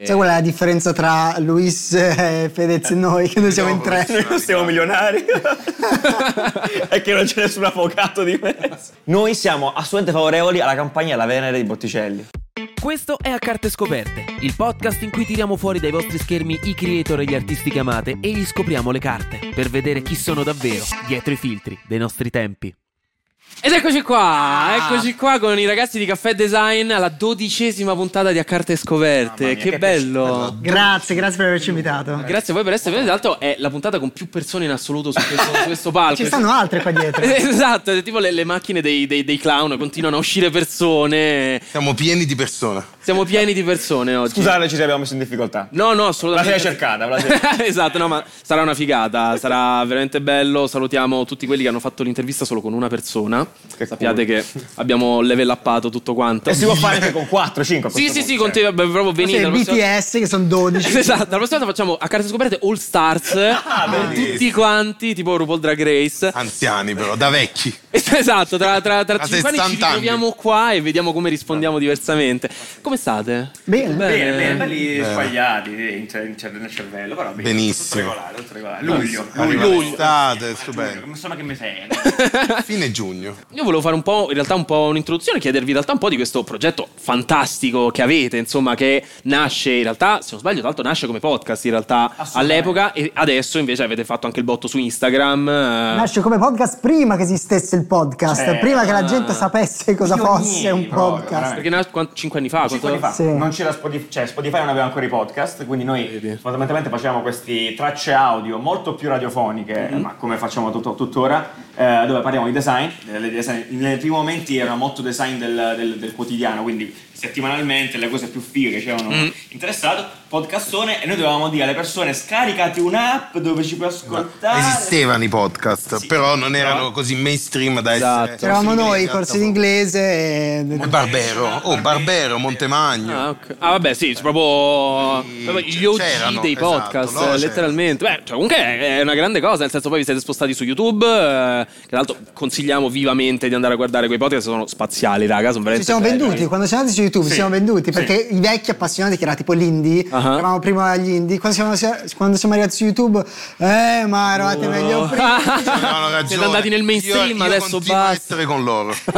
Sai qual è la differenza tra Luis, eh, Fedez e noi? Che noi siamo in tre. Noi non siamo milionari. è che non c'è nessun avvocato di mezzo. Noi siamo assolutamente favorevoli alla campagna La Venere di Botticelli. Questo è A Carte Scoperte, il podcast in cui tiriamo fuori dai vostri schermi i creator e gli artisti che amate e gli scopriamo le carte, per vedere chi sono davvero dietro i filtri dei nostri tempi. Ed eccoci qua, eccoci qua con i ragazzi di Caffè Design alla dodicesima puntata di A Carte Scoperte. Mamma mia, che, che bello! Grazie, grazie per averci invitato. Grazie a voi per essere venuti. Tra l'altro è la puntata con più persone in assoluto su questo, su questo palco. Ci stanno altre qua dietro. Esatto, è tipo le, le macchine dei, dei- dei clown continuano a uscire persone. Siamo pieni di persone. Siamo pieni di persone oggi. Scusateci se abbiamo messo in difficoltà. No, no, La assolutamente. sei cercata, ve la sei- esatto, no, ma sarà una figata, sarà veramente bello. Salutiamo tutti quelli che hanno fatto l'intervista solo con una persona. Che Sappiate culo. che abbiamo level uppato tutto quanto. E si può fare anche con 4, 5. Sì, Eh sì, sì, con te vabbè, proprio venire. Cioè, la prossima- BTS che sono 12. Esatto, la prossima volta facciamo a carte scoperte All Stars Ah, con tutti quanti, tipo RuPaul Drag Race. Anziani, però, da vecchi. Esatto, tra, tra, tra A 5 anni ci 60 anni. ritroviamo qua e vediamo come rispondiamo diversamente. Come state? Eh, Bene. Bene, bene, belli sbagliati eh, nel cervello, però bene. Benissimo. Tutto regolare, tutto regolare. Luglio, Arriva luglio. l'estate, stupendo. Come sono che mi sei? Fine giugno. Io volevo fare un po', in realtà un po' un'introduzione, chiedervi in realtà un po' di questo progetto fantastico che avete, insomma, che nasce in realtà, se non sbaglio, tanto nasce come podcast in realtà all'epoca e adesso invece avete fatto anche il botto su Instagram. eh. Nasce come podcast prima che esistesse il podcast, Cioè, prima che la gente sapesse cosa pionieri fosse un proprio, Eh. podcast. veramente. perché nasce 5 anni fa, Cinque quanto- anni fa Sì. non c'era Spotify, cioè Spotify non aveva ancora i podcast, quindi noi fondamentalmente facevamo queste tracce audio molto più radiofoniche, Mhm. ma come facciamo tutto- tuttora, eh, dove parliamo di design. eh, le design- Nei primi momenti era molto design del, del- del quotidiano, quindi settimanalmente le cose più fighe ci avevano Mm. interessato, podcastone, e noi dovevamo dire alle persone scaricate un'app dove ci puoi Esatto. ascoltare. Esistevano i podcast, Sì. però non erano Però- così mainstream da Esatto. essere. Eravamo noi, Inglese, corsi d'inglese e... E Barbero, oh Barbero, Montemagno. Ah, ok. Ah, vabbè, sì, c'è proprio, proprio gli OG C'erano, dei esatto, podcast, loro c'erano. letteralmente. Beh, cioè, comunque è è una grande cosa, nel senso poi vi siete spostati su YouTube, eh, che tra l'altro consigliamo vivamente di andare a guardare quei podcast, sono spaziali, raga, sono Ci veramente siamo belli. venduti, quando siamo andati su YouTube ci siamo venduti perché i vecchi appassionati che era tipo l'indie, Ah. eravamo prima gli indie, quando siamo, quando siamo arrivati su YouTube, eh ma eravate meglio prima. Avevano ragione. Ah. Siete andati nel mainstream, Io- io adesso continuo a basta. essere con loro. Che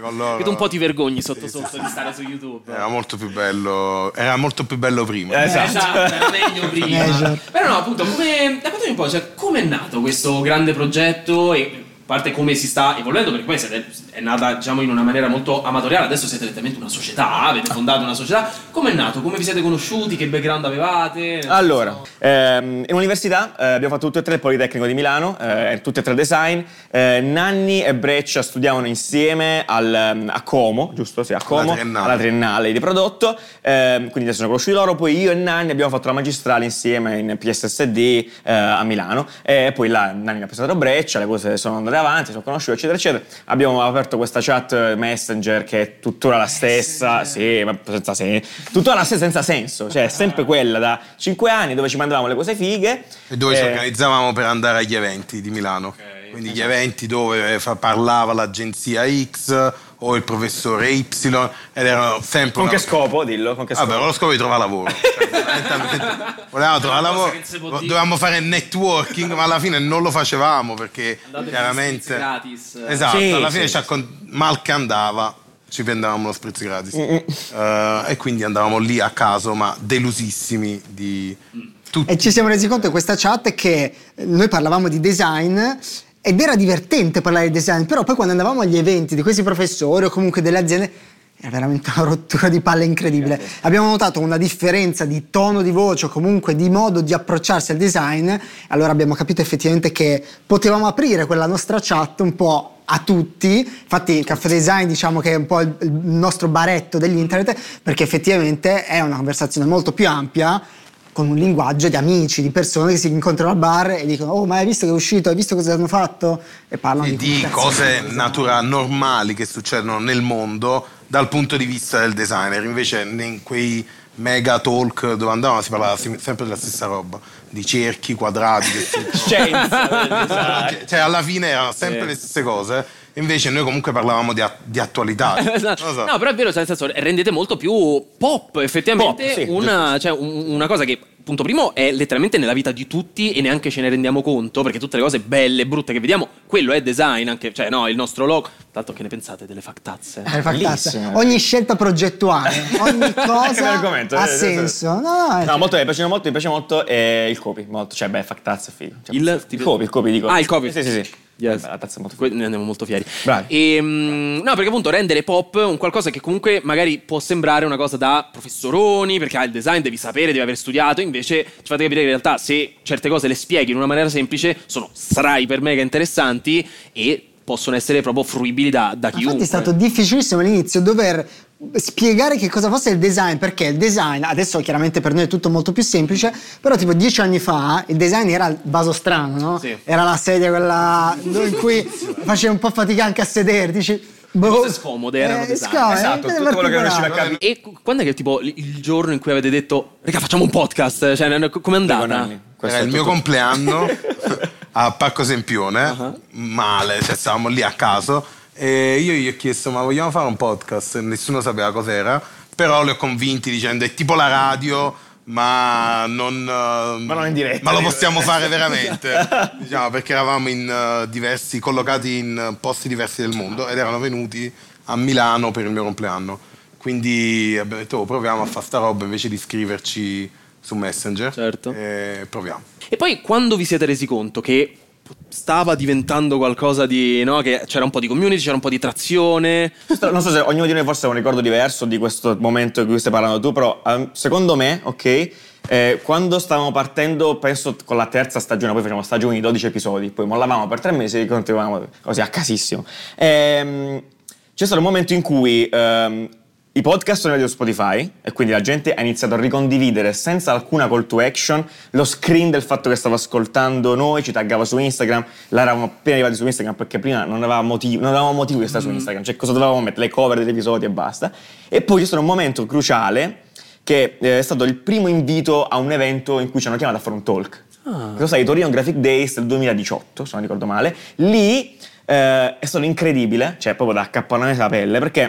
con loro. tu un po' ti vergogni sotto sotto di stare su YouTube. Era molto più bello. Era molto più bello prima. Eh, Esatto, era meglio prima. Measure. Però no, appunto, come, raccontami un po', cioè, come è nato questo grande progetto e a parte come si sta evolvendo, perché poi siete- è nata diciamo in una maniera molto amatoriale, adesso siete direttamente una società, avete fondato una società, come è nato, come vi siete conosciuti, che background avevate? Allora, ehm, in università eh, abbiamo fatto tutte e tre il Politecnico di Milano, eh, tutte e tre design. Eh, Nanni e Breccia studiavano insieme al, ehm, a Como, giusto? Sì, a Como, Triennale. alla triennale di prodotto. Ehm, quindi adesso sono conosciuti loro. Poi io e Nanni abbiamo fatto la magistrale insieme in PSSD eh, a Milano. E poi là Nanni ha pensato a Breccia, le cose sono andate avanti, sono conosciuti, eccetera, eccetera. Abbiamo aperto questa chat Messenger che è tuttora la stessa. Sì, ma senza senso. Tuttora la stessa senza senso. Cioè, è sempre quella da 5 anni dove ci mandavamo le cose fighe. E dove ci Eh, organizzavamo per andare agli eventi di Milano. Quindi esatto. gli eventi dove fa- parlava l'agenzia X o il professore Y ed erano sempre... Con una- che scopo, dillo? Con che Ah, scopo? però lo scopo di trovare lavoro. Cioè, fondamentalmente, Volevamo cosa trovare lavoro, che non si può dire. dovevamo fare networking, ma alla fine non lo facevamo perché Andate chiaramente... per gli spritz gratis. Esatto, Sì, alla sì, fine sì. ci accon- mal che andava, ci prendevamo lo spritz gratis. Eh, e quindi andavamo lì a caso, ma delusissimi di tutti. E ci siamo resi conto in questa chat che noi parlavamo di design ed era divertente parlare di design, però poi quando andavamo agli eventi di questi professori o comunque delle aziende era veramente una rottura di palle incredibile. Abbiamo notato una differenza di tono di voce o comunque di modo di approcciarsi al design, allora abbiamo capito effettivamente che potevamo aprire quella nostra chat un po' a tutti, infatti il caffè design diciamo che è un po' il il nostro baretto dell'internet perché effettivamente è una conversazione molto più ampia con un linguaggio di amici, di persone che si incontrano al bar e dicono oh ma hai visto che è uscito, hai visto cosa hanno fatto? E parlano e di, di cose naturali, normali che succedono nel mondo dal punto di vista del designer. Invece in quei mega talk dove andavamo si parlava sim- sempre della stessa roba, di cerchi, quadrati, che si- Scienza. cioè alla fine erano sempre le stesse cose Invece noi comunque parlavamo di, a- di attualità. Non lo so. No, però è vero, cioè, nel senso, rendete molto più pop effettivamente Pop, sì, una, cioè, un- una cosa che, punto primo, è letteralmente nella vita di tutti e neanche ce ne rendiamo conto perché tutte le cose belle e brutte che vediamo, quello è design, anche, cioè no, il nostro logo. Tanto che ne pensate delle factazze? Eh, fantastico. Bellissimo. Ogni scelta progettuale, ogni Che cosa argomento, ha eh, senso. No, no, è- No, molto, mi piace molto, mi piace molto eh, il copy, molto, cioè beh, factazzo è figo. Cioè, Il- il copy, il copy dico. Ah, il copy. Sì, sì, sì. Yes. Beh, La tazza è molto figa. Que- ne andiamo molto fieri. Bravi. Ehm, no, perché appunto rendere pop un qualcosa che comunque magari può sembrare una cosa da professoroni, perché ah, il design devi sapere, devi aver studiato, invece ci fate capire che in realtà se certe cose le spieghi in una maniera semplice sono stra iper mega interessanti e possono essere proprio fruibili da, Ma da Infatti chiunque. è stato difficilissimo all'inizio dover spiegare che cosa fosse il design, perché il design, adesso chiaramente per noi è tutto molto più semplice, però tipo dieci anni fa il design era il vaso strano, no? Sì. Era la sedia quella dove- in cui facevi un po' fatica anche a sederti. boh. Eh, cose scomode erano design. Esatto, tutto quello che non riuscivi a capire. E cu- quando è che tipo l- il giorno in cui avete detto, raga facciamo un podcast? Cioè, n- com'è andata? Diagonali. Questo Era il è mio tutto. compleanno a Parco Sempione, Uh-huh. male, cioè stavamo lì a caso e io gli ho chiesto ma vogliamo fare un podcast? Nessuno sapeva cos'era, però li ho convinti dicendo è tipo la radio ma non, eh, Ma non in diretta, ma lo dico. possiamo fare veramente diciamo perché eravamo in eh, diversi collocati in eh, posti diversi del mondo ed erano venuti a Milano per il mio compleanno quindi abbiamo detto "Oh, proviamo a fare sta roba invece di scriverci su Messenger Certo. Eh, proviamo E poi quando vi siete resi conto che stava diventando qualcosa di. no? Che c'era un po' di community, c'era un po' di trazione. Questo- Non so se ognuno di noi forse ha un ricordo diverso di questo momento di cui stai parlando tu, però ehm, secondo me, ok, eh, quando stavamo partendo, penso con la terza stagione, poi facevamo stagioni di 12 episodi, poi mollavamo per tre mesi e continuavamo così a casissimo. Ehm, c'è stato un momento in cui ehm, i podcast sono arrivati su Spotify e quindi la gente ha iniziato a ricondividere senza alcuna call to action lo screen del fatto che stava ascoltando noi, ci taggava su Instagram, là eravamo appena arrivati su Instagram perché prima non avevamo motivo, non avevamo motivo di stare su Instagram, cioè cosa dovevamo mettere, le cover degli episodi e basta. E poi c'è stato un momento cruciale che eh, è stato il primo invito a un evento in cui ci hanno chiamato a fare un talk. Lo sai, Torino Graphic Days del 2018, se non ricordo male. Lì eh, è stato incredibile, cioè proprio da accapponare la pelle, perché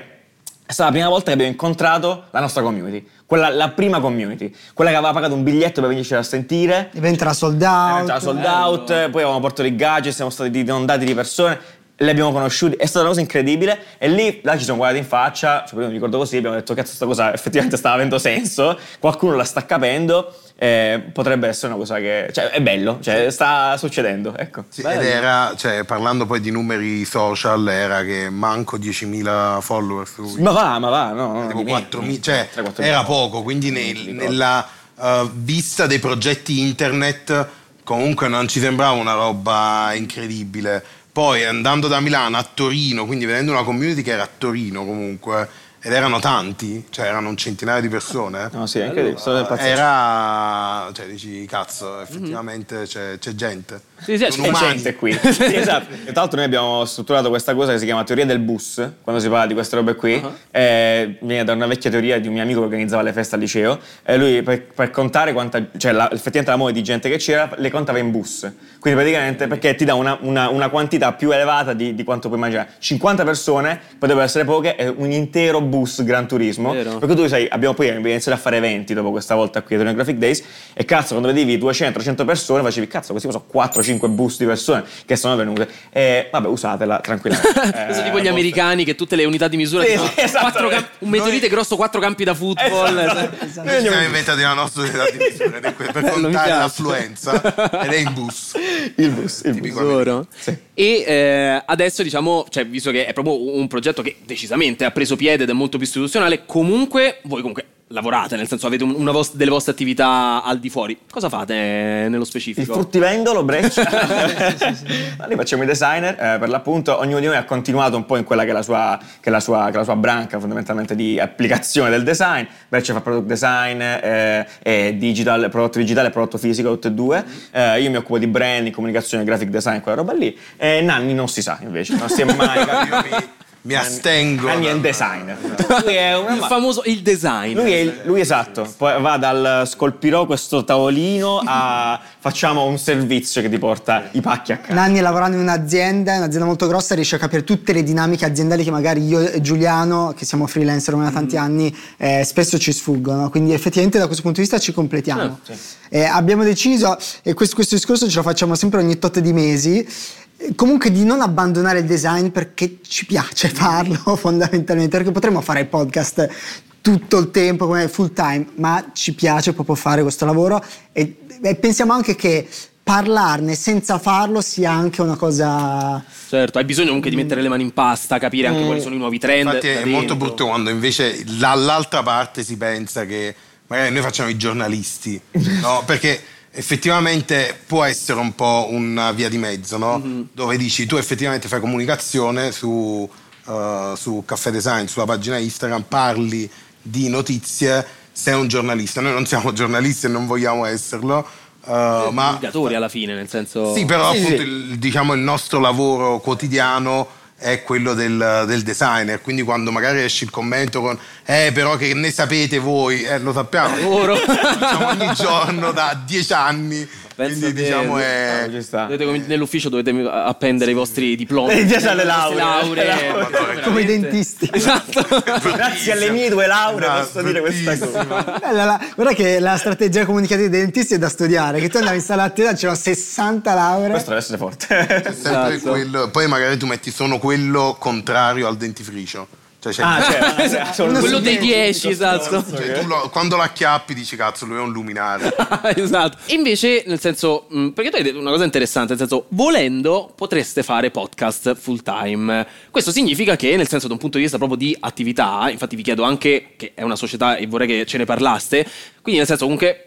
è stata la prima volta che abbiamo incontrato la nostra community, quella, la prima community, quella che aveva pagato un biglietto per venirci a sentire, Diventerà sold out. era già sold out, poi avevamo portato i gadget, siamo stati inondati di persone, li abbiamo conosciuti, è stata una cosa incredibile e lì là ci siamo guardati in faccia, cioè, io mi ricordo così, abbiamo detto cazzo sta cosa effettivamente sta avendo senso, qualcuno la sta capendo, eh, potrebbe essere una cosa che, cioè è bello, cioè, sta succedendo, ecco. Sì, Bello. ed era, cioè, parlando poi di numeri social, era che manco 10.000 follower su Ma va, ma va, no, no, tipo di me. 4.000, cioè 3-4.000. era poco, quindi nel- nella eh, vista dei progetti internet comunque non ci sembrava una roba incredibile. Poi andando da Milano a Torino, quindi vedendo una community che era a Torino comunque, ed erano tanti, cioè erano un centinaio di persone. eh, No, sì, è incredibile, sono impazzito. Era, cioè dici, cazzo, effettivamente c'è, c'è gente. Sì, sì, Sono c'è umani. gente qui. Sì, esatto. E Tra l'altro noi abbiamo strutturato questa cosa che si chiama teoria del bus, quando si parla di queste robe qui. Uh-huh. Eh, viene da una vecchia teoria di un mio amico che organizzava le feste al liceo. E lui per, per contare quanta, cioè la- effettivamente la mole di gente che c'era, le contava in bus. Quindi praticamente perché ti dà una, una- una quantità più elevata di, di quanto puoi immaginare. 50 persone potrebbero essere poche, è un intero bus Gran Turismo. Vero. Perché tu sai, abbiamo poi iniziato a fare eventi dopo questa volta qui a Torino Graphic Days e cazzo, quando vedevi 200-300 persone facevi cazzo, questi sono 4-5 bus di persone che sono venute. E vabbè, usatela tranquillamente. Eh, Sono tipo gli boh. americani che tutte le unità di misura Sì, tipo, sì, esatto. quattro camp- un meteorite grosso quattro campi da football Esatto. Noi abbiamo inventato la nostra unità di misura ed è que- per Bello, mi contare piace. l'affluenza ed è in bus. Il bus, il bus. Tipico Tesoro. E eh, adesso diciamo, cioè, visto che è proprio un progetto che decisamente ha preso piede ed è molto più istituzionale, comunque voi comunque lavorate, nel senso avete un- una vos- delle vostre attività al di fuori. Cosa fate eh, nello Il specifico? fruttivendolo Breccia. Ma Noi facciamo i designer, eh, per l'appunto, ognuno di noi ha continuato un po' in quella che è la sua, che è la sua- che è la sua branca fondamentalmente di applicazione del design. Breccia fa product design, eh, e digital, prodotto digitale e prodotto fisico, tutte e due. Eh, io mi occupo di branding, comunicazione, graphic design, quella roba lì. E Nanni non si sa invece, non si è mai capito. Io mi, mi astengo. Anni è dal- un designer. Lui è una Il famoso il design. Lui, è il- lui esatto, poi va dal scolpirò questo tavolino a facciamo un servizio che ti porta i pacchi a casa. Nanni lavorando in un'azienda, un'azienda molto grossa, riesce a capire tutte le dinamiche aziendali che magari io e Giuliano, che siamo freelancer ormai da tanti anni, eh, spesso ci sfuggono. Quindi effettivamente da questo punto di vista ci completiamo. Eh, abbiamo deciso, e questo, questo discorso ce lo facciamo sempre ogni tot di mesi, eh, comunque di non abbandonare il design perché ci piace farlo fondamentalmente, perché potremmo fare il podcast tutto il tempo come full time, ma ci piace proprio fare questo lavoro e, e pensiamo anche che parlarne senza farlo sia anche una cosa... Certo, hai bisogno comunque di mettere le mani in pasta, capire anche quali sono i nuovi trend. Mm. Infatti da è molto dentro. brutto quando invece dall'altra parte si pensa che magari noi facciamo i giornalisti, no? Perché effettivamente può essere un po' una via di mezzo, no? Mm-hmm. Dove dici tu effettivamente fai comunicazione su, eh, su Caffè Design, sulla pagina Instagram, parli di notizie, sei un giornalista. Noi non siamo giornalisti e non vogliamo esserlo, eh, ma Obbligatori alla fine, nel senso. sì, però Sì, appunto sì. Il, diciamo, il nostro lavoro quotidiano è quello del, del designer, quindi quando magari esce il commento con eh però che ne sapete voi, eh lo sappiamo, Oro. diciamo ogni giorno da dieci anni, Penso quindi che- diciamo Ah, ci è... sta. Dovete com- nell'ufficio dovete appendere i vostri diplomi. Eh, già sa le Le vostre lauree. lauree. Le lauree. Veramente. Come i dentisti. Esatto. Grazie alle mie due lauree No, posso dire questa bruttissimo. cosa. Bella Eh, la- guarda che la strategia comunicativa dei dentisti è da studiare, che tu andavi in sala attesa, c'erano 60 lauree. Questo deve essere forte. Sempre Esatto. quello- Poi magari tu metti sono quello contrario al dentifricio, cioè, c'è- Ah, cioè, sono Quello dei 10, esatto. cioè, tu lo- quando lo acchiappi dici cazzo lui è un luminare. esatto. E invece, nel senso, mh, perché tu hai detto una cosa interessante, nel senso, volendo potreste fare podcast full time. Questo significa che, nel senso, da un punto di vista proprio di attività, infatti vi chiedo anche, che è una società e vorrei che ce ne parlaste, quindi nel senso comunque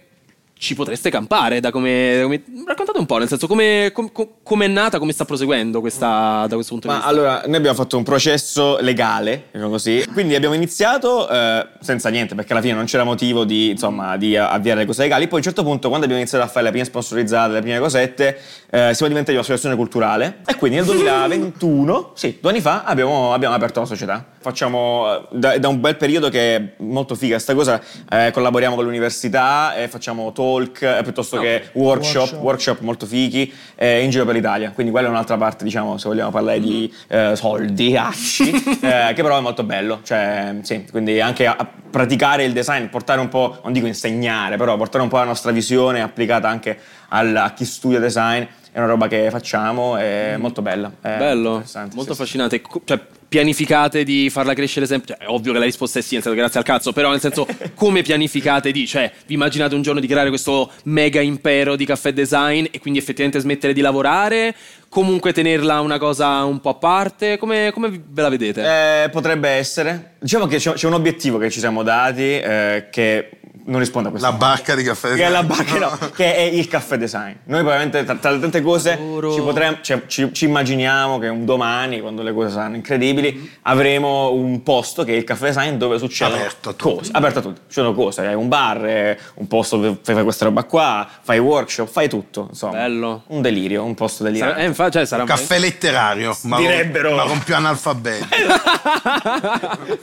ci potreste campare da come, da come- raccontate un po', nel senso come com- com- com'è nata, come sta proseguendo questa da questo punto di Ma vista. allora, noi abbiamo fatto un processo legale, diciamo così, quindi abbiamo iniziato eh, senza niente, perché alla fine non c'era motivo di, insomma, di avviare le cose legali. Poi a un certo punto, quando abbiamo iniziato a fare le prime sponsorizzate, le prime cosette, eh, siamo diventati un'associazione culturale e quindi nel 2021, sì, due anni fa, abbiamo, abbiamo aperto la società. Facciamo, eh, da, da un bel periodo che è molto figa sta cosa, eh, collaboriamo con l'università, eh, facciamo talk, eh, piuttosto che workshop, workshop, molto fighi, eh, in giro per l'Italia. Quindi quella è un'altra parte, diciamo, se vogliamo parlare di eh, soldi, asci, eh, che però è molto bello. Cioè, sì, quindi anche a, a praticare il design, portare un po', non dico insegnare, però portare un po' la nostra visione applicata anche al- a chi studia design. È una roba che facciamo, è molto bella. è Bello, Eh, interessante, molto sì, sì. affascinante. Co- Cioè, pianificate di farla crescere sempre? Cioè, è ovvio che la risposta è sì, nel senso, grazie al cazzo, però nel senso, come pianificate di? Cioè, vi immaginate un giorno di creare questo mega impero di caffè design e quindi effettivamente smettere di lavorare? Comunque tenerla una cosa un po' a parte? Come, come vi- ve la vedete? Eh, potrebbe essere. Diciamo che c'è, c'è un obiettivo che ci siamo dati eh, che non risponde a questo. La barca di caffè. che è la barca, no, che è il caffè design. Noi probabilmente tra, tra le tante cose Lavoro. ci, potremmo, cioè, ci, ci immaginiamo che un domani, quando le cose saranno incredibili, avremo un posto che è il caffè design dove succedono Aperto a tutti. cose. Aperto a tutti. Succedono cose, hai un bar, eh, un posto dove fai questa roba qua, fai workshop, fai tutto. Insomma, Bello. un delirio, un posto Sarà- delirante. eh, infa- cioè, sarà un- Caffè letterario, ma con- Direbbero. Esatto. ma con più analfabeti.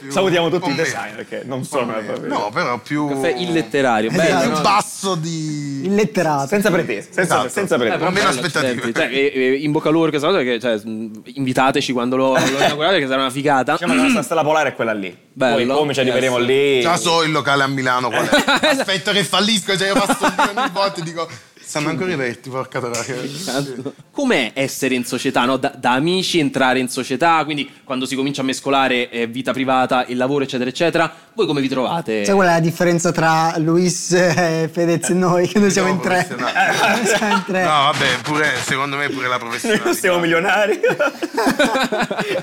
Salutiamo tutti Con i me. design perché non sono proprio- No, però più. Caffè illetterario, È bello. più no? basso di. Illetterato. Ah, Senza pretese, senza, Esatto. senza Eh, pretese. però meno bello, aspettative. accidenti. Cioè, e- e in bocca al lupo, questa cosa, perché cioè, mh, invitateci quando lo, lo inaugurate, che sarà una figata. Diciamo che la nostra stella polare è quella lì. Poi Bello. come ci arriveremo lì? Già so il locale a Milano qual è. Esatto. Aspetto che fallisco, cioè io passo lì ogni volta e dico. Stanno ancora aperti, porca troia. Com'è essere in società, no? da, da amici entrare in società, quindi quando si comincia a mescolare eh, vita privata e lavoro, eccetera, eccetera, voi come vi trovate? Sai qual è la differenza tra Luis, eh, Fedez e noi? Che noi siamo in tre. professionale. Siamo in tre. No, vabbè, pure, secondo me pure la Noi professionalità. non siamo milionari.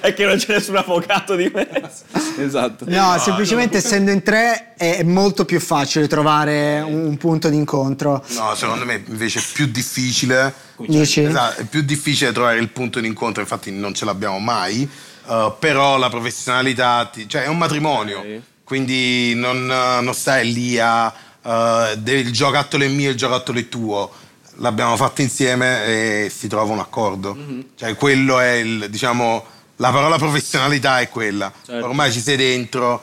è che non c'è nessun avvocato di mezzo. Esatto. No, semplicemente essendo in tre è molto più facile trovare un, un punto di incontro. No, secondo me invece è più difficile. Dici? Esatto, è più difficile trovare il punto d'incontro, infatti non ce l'abbiamo mai, eh, però la professionalità, ti- cioè è un matrimonio, quindi non, eh, non stai lì a eh, de- il giocattolo è mio, il giocattolo è tuo, l'abbiamo fatto insieme e si trova un accordo, cioè quello è il, diciamo, la parola professionalità è quella. Ormai ci sei dentro,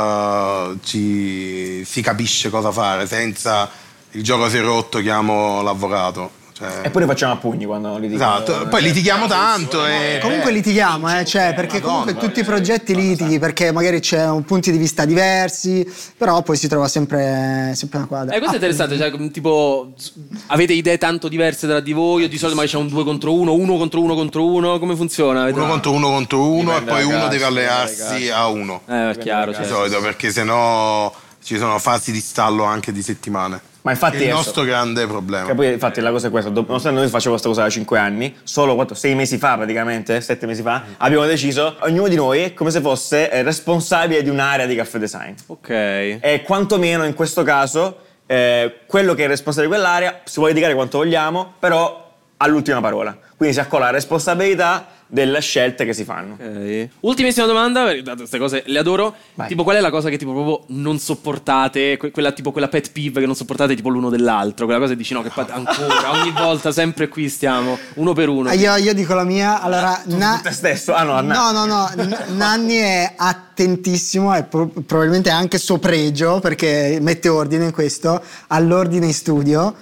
eh, ci, si capisce cosa fare, senza il gioco si è rotto, chiamo l'avvocato. Cioè, Eppure facciamo a pugni quando li dico. esatto, poi eh, litighiamo tanto e... Comunque litighiamo, eh, cioè, perché Madonna, comunque tutti i progetti litighi, perché magari c'è un punti di vista diversi, però poi si trova sempre, sempre una quadra. Ah, Eh, questo è interessante, cioè, tipo, s- avete idee tanto diverse tra di voi, o di solito magari c'è un 2 contro 1, 1 contro 1 contro 1, come funziona? Avete- Uno contro uno contro uno e Dipende poi dai uno casi, deve dipende dai allearsi casi. a uno. Eh, è chiaro, Di cioè. solito, perché sennò ci sono fasi di stallo anche di settimane. Ma infatti il adesso- nostro grande problema. Che poi, infatti, la cosa è questa: dopo- nonostante noi facciamo questa cosa da 5 anni, solo 6 mesi fa, praticamente, 7 mesi fa, Mm. abbiamo deciso, ognuno di noi, è come se fosse eh, responsabile di un'area di caffè design. Ok. E quantomeno in questo caso, eh, quello che è responsabile di quell'area si può litigare quanto vogliamo, però ha l'ultima parola. Quindi si accolla la responsabilità delle scelte che si fanno. Ok. Ultimissima domanda, perché dato queste cose le adoro. Vai. Tipo, qual è la cosa che tipo proprio non sopportate? Que- quella tipo quella pet peeve che non sopportate tipo l'uno dell'altro, quella cosa che dici no, che pa- ancora, ogni volta sempre qui stiamo, uno per uno. Ah, Io, io dico la mia, allora... na- te stesso? Ah, no, a no, Na- no, no, N- Nanni è attentissimo e pro- probabilmente anche sopregio, perché mette ordine in questo, all'ordine in studio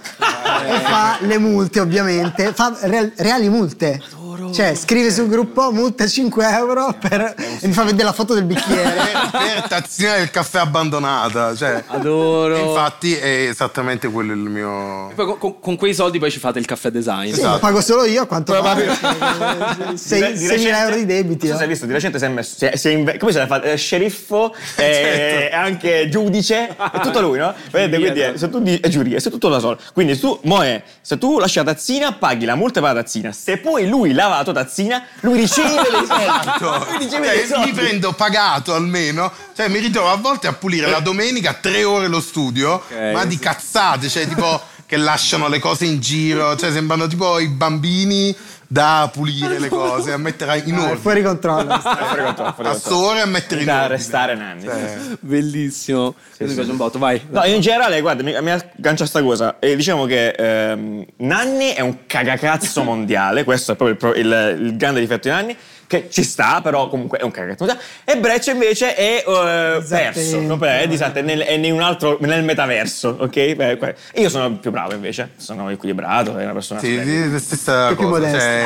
e fa le multe ovviamente, fa real- reali multe. Cioè, scrive sul gruppo multa 5 euro per- e mi fa vedere la foto del bicchiere. per, per tazzina del caffè abbandonata. Cioè, Adoro. Infatti è esattamente quello il mio... Poi con- con, con quei soldi poi ci fate il caffè design. Sì, lo pago solo io a quanto pare. 6.000 euro di debiti. Non so se eh. hai visto, di recente si è messo. Si è, si è inve- come si fa? eh, Sceriffo e Certo. anche giudice. È tutto lui, no? Vedete, quindi è, se tu di- è giuria, se tutto da solo. Quindi se tu, Moe, se tu lasci la tazzina, paghi la multa per la tazzina. Se poi lui lava la tua tazzina, lui riceve le soldi. Lui riceve dei Cioè, mi soldi. prendo pagato almeno, cioè mi ritrovo a volte a pulire Eh. la domenica tre ore lo studio, ma di cazzate, cioè tipo che lasciano le cose in giro, cioè sembrano tipo i bambini da pulire le cose, a mettere in È ordine, fuori controllo. Fuori controllo, fuori a controllo. sore a mettere in Ah, Da ordine. arrestare Nanni. Bellissimo. Questo mi piace un botto, vai. No, in generale, guarda, mi, mi aggancia sta cosa. E diciamo che ehm, Nanni è un cagacazzo mondiale, questo è proprio il pro- il, il grande difetto di Nanni, che ci sta, però comunque è un cagacazzo mondiale. E Breccia invece è eh, Disattento. perso, proprio è disattento, nel- è in un altro, nel metaverso, ok? Beh, que- io sono più bravo invece, sono equilibrato, è una persona... Sì, splendida. sì, la stessa Che più cosa, modesto. cioè,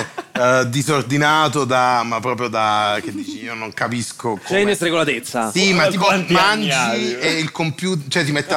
eh, disordinato da, ma proprio da, che dici, io non capisco Cioè, C'è come. inesregolatezza. Sì, ma tipo Quanti anni mangi hai? e il computer, cioè ti mette a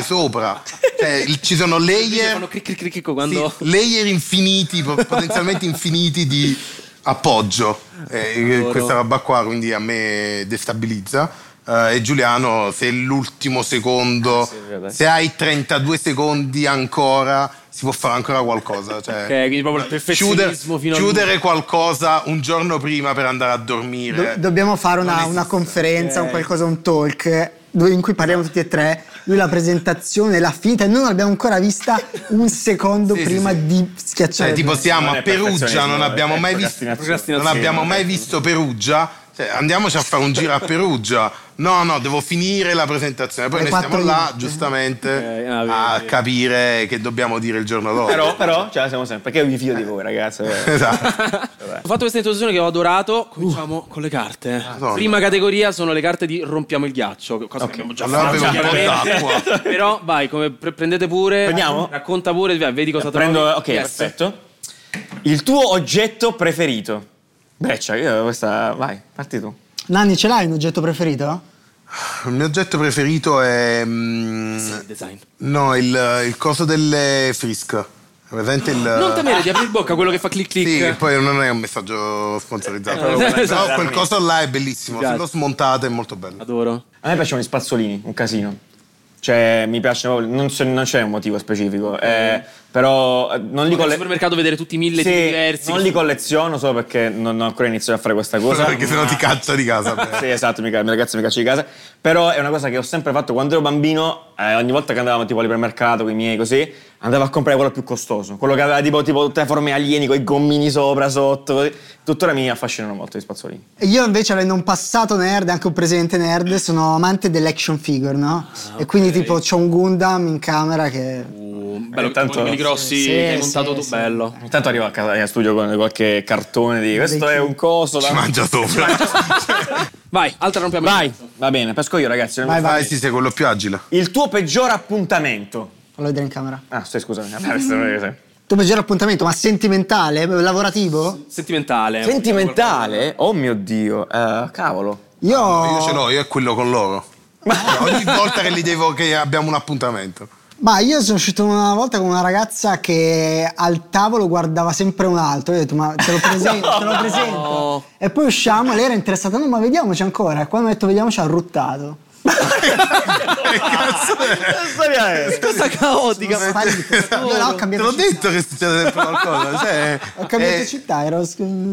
sopra. Cioè, il- ci sono Fanno layer, cric cric cric sì, quando... layer infiniti, po- potenzialmente infiniti di appoggio. Eh, questa roba qua quindi a me destabilizza. Eh, e Giuliano, se l'ultimo Ah, secondo, se hai 32 secondi ancora, si può fare ancora qualcosa. Cioè, Ok, quindi proprio il chiudere, perfezionismo fino a... chiudere qualcosa un giorno prima per andare a Do- dormire. dobbiamo fare una, una conferenza, un qualcosa, un talk dove- in cui parliamo tutti e tre. Lui la presentazione, la finta, e noi non l'abbiamo ancora vista un secondo Sì, sì, prima sì. di schiacciare. Cioè, il tipo botto. siamo Non è a Perugia, eh, perfezionismo, non abbiamo è mai visto non procrastinazione. abbiamo mai visto Perugia. Cioè, andiamoci a fare un giro a Perugia. No, no, devo finire la presentazione. Poi Le noi stiamo quattro là, minuti. giustamente, Ok, ah, vero, a vero. capire che dobbiamo dire il giorno dopo. Però, però, ce la siamo sempre, perché io mi fido di voi, ragazzi. eh. Esatto. Ho fatto questa introduzione che ho adorato. Uh. Cominciamo con le carte. Madonna. Prima categoria sono le carte di rompiamo il ghiaccio, cosa che abbiamo già Allora fatto. avevo un po' chiaramente. d'acqua. Però vai, come pre- prendete pure. Prendiamo? Eh, Racconta pure, vai, vedi cosa trovi. Prendo, ok, Yes. perfetto. Il tuo oggetto preferito. Breccia, io questa... Vai, parti tu. Nanni, ce l'hai un oggetto preferito? Il mio oggetto preferito è. mm, Sì, Design. no, il, il coso delle frisk. Presente il. Non temere di aprire bocca quello che fa click click. Sì, che poi non è un messaggio sponsorizzato. Eh, Però esatto. quel coso là è bellissimo. Se Esatto. lo smontate è molto bello. Adoro. A me piacevano gli spazzolini, un casino. Cioè, mi piacciono proprio- non, so- non c'è un motivo specifico, eh, però eh, non li Al colleziono. supermercato Mm. vedere tutti i mille tipi diversi. non li colleziono solo perché non ho ancora iniziato a fare questa cosa. Perché sennò ti caccia di casa. beh. Sì, esatto, mi, ca- mi ragazzi mi caccia di casa. Però è una cosa che ho sempre fatto quando ero bambino, eh, ogni volta che andavamo tipo all'ipermercato con i miei così, andavo a comprare quello più costoso, quello che aveva tipo, tipo tutte le forme alieni con i gommini sopra, sotto. Così. Tuttora mi affascinano molto gli spazzolini. Io invece, avendo un passato nerd, anche un presente nerd, Ah, sono amante dell'action figure, no? E quindi, tipo, c'ho un Gundam in camera che. Eh, Uh, bello, Intanto- tipo quelli grossi Sì, che hai sì, montato tu, sì. bello. Ogni tanto arrivo a casa in studio con qualche cartone di questo è un coso. Ci da-" mangia sopra. Vai, altra rompiamo il Vai, cazzo. va bene, pesco io ragazzi. Vai, vai. Vai, sì, sei quello più agile. Il tuo peggior appuntamento. Fallo vedere in camera. Ah, sì, scusami. Ah, questo non è- Tu peggior appuntamento, ma sentimentale? Lavorativo? Sentimentale. Sentimentale? Oh mio Dio, eh, cavolo. Io. Io ce l'ho, io è quello con loro. Ogni volta che li devo, che abbiamo un appuntamento. Ma io sono uscito una volta con una ragazza che al tavolo guardava sempre un altro. Io ho detto, ma te lo presento, te lo presento. E poi usciamo, lei era interessata, no, ma vediamoci ancora. E quando ho detto vediamoci ha ruttato. Che cazzo è? Cioè, Eh, Cosa caotica. Sparito. Io no, ho Te cambiato l'ho città. detto che succede sempre qualcosa. Cioè, Ho cambiato eh, città, ero.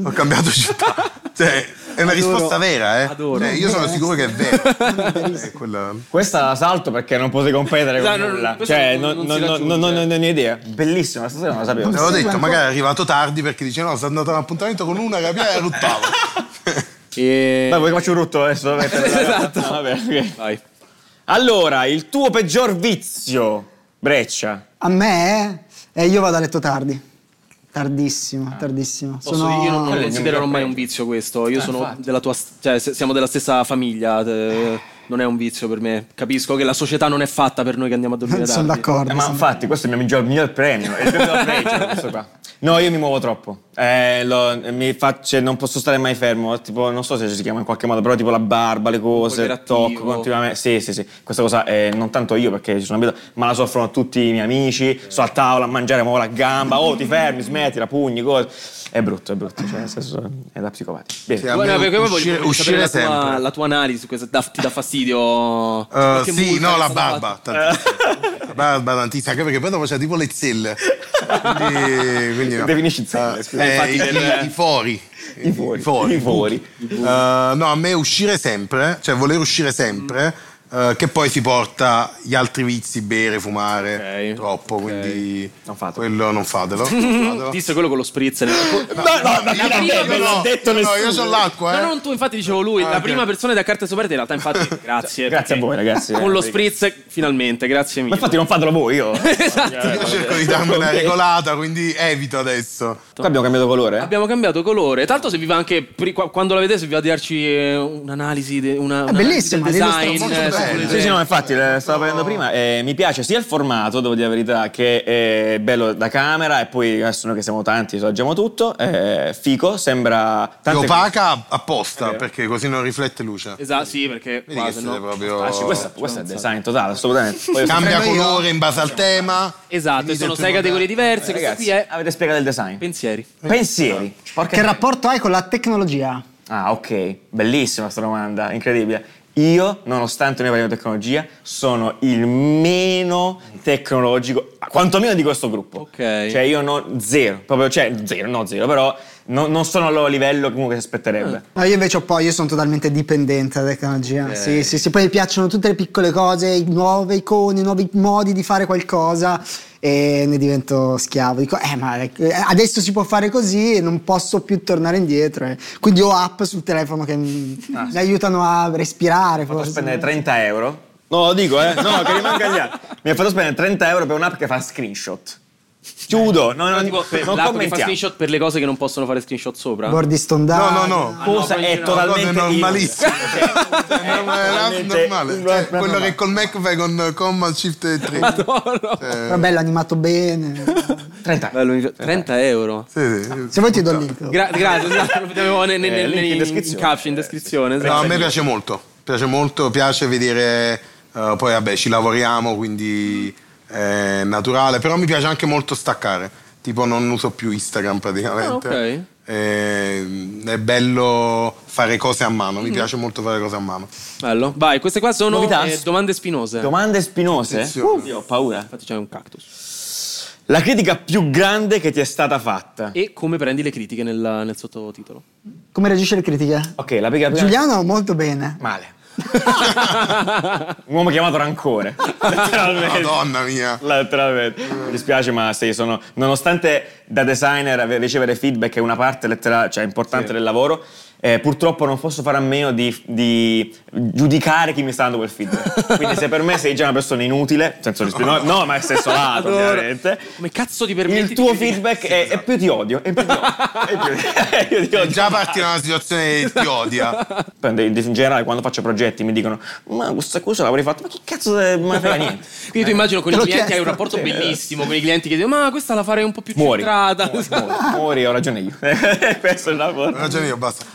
Ho cambiato città. Cioè, è una risposta vera, eh. Adoro. Cioè, io sono sicuro che è vera. È quella- Questa la salto perché non potevi competere No, con no, no, nulla. questo Cioè, non- non, non si non- raggiunge. non- non- non- non ho idea. Bellissima, stasera non la sapevo. Te l'ho Sì, detto, ma- magari è arrivato tardi perché dice no, sono andato a un appuntamento con una che era l'ottava. E... Dai, vuoi che faccio un rutto adesso? esatto. Vai. Allora, il tuo peggior vizio, Breccia. A me? eh, io vado a letto tardi. Tardissimo, tardissimo. Posso- Sono- Io non lo Eh, considero non mi mai un vizio questo. Eh, Io sono della tua. st- Cioè, se- siamo della stessa famiglia. eh, Non è un vizio per me. Capisco che la società non è fatta per noi che andiamo a dormire Sono tardi. d'accordo. Eh, ma sono- infatti, questo è il mio miglior, miglior premio. È il mio miglior premio, questo qua. No, io mi muovo troppo. Eh, lo- mi faccio, non posso stare mai fermo. Tipo, non so se si chiama in qualche modo, però tipo la barba, le cose, Iperattivo. tocco continuamente. Sì, sì, sì. Questa cosa eh, non tanto io perché ci sono abituato, ma la soffrono tutti i miei amici. Sto a tavola a mangiare, muovo la gamba. Oh, ti fermi, smettila, pugni, cose. È brutto, è brutto. Cioè, nel senso, è da psicopatico. Sì, a me Guarda, perché poi voglio- uscire, voglio sapere uscire la tua, sempre. la tua analisi su questo. Da- ti dà fastidio? Eh, Qualche sì, multa no, che la è stata barba. tantissimo. La barba tantissima, anche perché poi dopo c'è tipo le zelle. Quindi, quindi no. Definisci zelle, Eh, scusa. eh, Infatti i, del- i fori. I fuori. I fori. I fuori. Eh, no, a me uscire sempre, cioè voler uscire sempre, Mm. eh, che poi si porta gli altri vizi, bere, fumare, Ok. troppo, quindi Non fatelo. quello non fatela. Non fatta. fatelo. Disse quello con lo spritz. Eh. No, no, no, Io non no, l'ha detto no, nessuno. io sono l'acqua, No, eh. non tu, infatti, dicevo lui. Ah, la ok. Cioè, prima persona da carte sopra te, in realtà, infatti, grazie. Grazie a voi, ragazzi. Con lo Eh, spritz, finalmente, grazie Ma mille. infatti non fatelo voi, io. Io cerco di darmi una regolata, quindi evito adesso. Qua abbiamo cambiato colore? eh? Abbiamo cambiato colore. Tanto se vi va anche pri- qua- quando la vedete, se vi va di darci eh, un'analisi, de- una, un'analisi bellissima, del design. l'illustrazione eh, molto se bella. volete- Sì, sì, no, infatti, le- stavo parlando prima. eh, mi piace sia il formato, devo dire la verità, che è bello da camera e poi adesso noi che siamo tanti soggiamo tutto. eh, fico, sembra... Lo tante cose. opaca apposta, vero. Eh, perché così non riflette luce. Esatto, sì, perché Vedi qua, che se siete no- proprio... Ah, sì, questo, questo è il design totale, assolutamente. Poi- Cambia colore in base al tema. Esatto, e Quindi sono tutti sei categorie moderni. diverse. Questa Ragazzi, qui è avete spiegato il design. pensieri. Pensieri. Porca Che rapporto hai con la tecnologia? Ah, ok, bellissima sta domanda, incredibile. Io, nonostante noi parliamo di tecnologia, sono il meno tecnologico, quantomeno di questo gruppo. Ok. Cioè io no, zero, proprio, cioè zero, no zero, però no- non sono al loro livello comunque che si aspetterebbe. Eh. No, io invece ho poi, io sono totalmente dipendente dalla tecnologia. Sì, sì, sì. Poi mi piacciono tutte le piccole cose, i nuove icone, i nuovi modi di fare qualcosa e ne divento schiavo. Dico, eh, ma eh, adesso si può fare così e non posso più tornare indietro. eh. Quindi ho app sul telefono che mi, Ah, mi aiutano a respirare. Mi ha fatto forse. spendere 30 euro. No, lo dico, eh. No, che rimanga agli altri. Mi ha fatto spendere 30 euro per un'app che fa screenshot. Chiudo, no, no, Però, non, tipo, per non l'app che fa commentiamo. screenshot per le cose che non possono fare screenshot sopra. Bordi stondati. No, no, no. Ah, Cosa è totalmente è normalissimo. inutile. Cioè, è Eh, ma è totalmente- normale. Cioè, quello che col Mac fai con Command Shift e 3. Esatto. Però bello, animato bene. 30 euro. Bello, mi- 30 euro. Sì, sì. Se vuoi ti do il link. Gra- grazie, esatto, lo vedevo ne- ne- Eh, ne- link in in, in descrizione. caption, in descrizione. No, esatto. a me piace molto. Piace molto, piace vedere. eh, poi vabbè, ci lavoriamo, quindi è naturale. Però mi piace anche molto staccare. Tipo, non uso più Instagram praticamente. Ah, ok. Eh, è bello fare cose a mano. Mm-hmm. Mi piace molto fare cose a mano. Bello. Vai, queste qua sono Novità? eh, domande spinose. Domande Eh? spinose? Attenzione. Uh, io ho paura. Infatti c'è un cactus. La critica più grande che ti è stata fatta. E come prendi le critiche nel, nel sottotitolo? Come reagisce alle critiche? Ok, la piega più grande- Giuliano molto bene. Male. Un uomo chiamato rancore. Letteralmente. Madonna mia. Letteralmente. Mi dispiace, ma sì, sono. Nonostante da designer ave- ricevere feedback è una parte lettera- cioè, importante del lavoro, eh, eh, purtroppo non posso fare a meno di, di giudicare chi mi sta dando quel feedback. Quindi se per me sei già una persona inutile, nel senso rispe- no, no, ma è stesso lato, Adoro. ovviamente. Come cazzo ti permetti Il tuo di- feedback è, e più ti odio, e più ti odio. e più- io ti odio. Già parti da una situazione che ti odia. In generale, quando faccio progetti mi dicono: Ma questa cosa l'avrei fatta, ma che cazzo, me ne frega niente. Quindi tu immagino con Te i l'ho clienti hai un chiesto. rapporto Sì. bellissimo con i clienti che dicono ma questa la farei un po' più Muori. centrata. Muori, muori, ho ragione io. Questo è il Ho lavoro. ragione io, basta.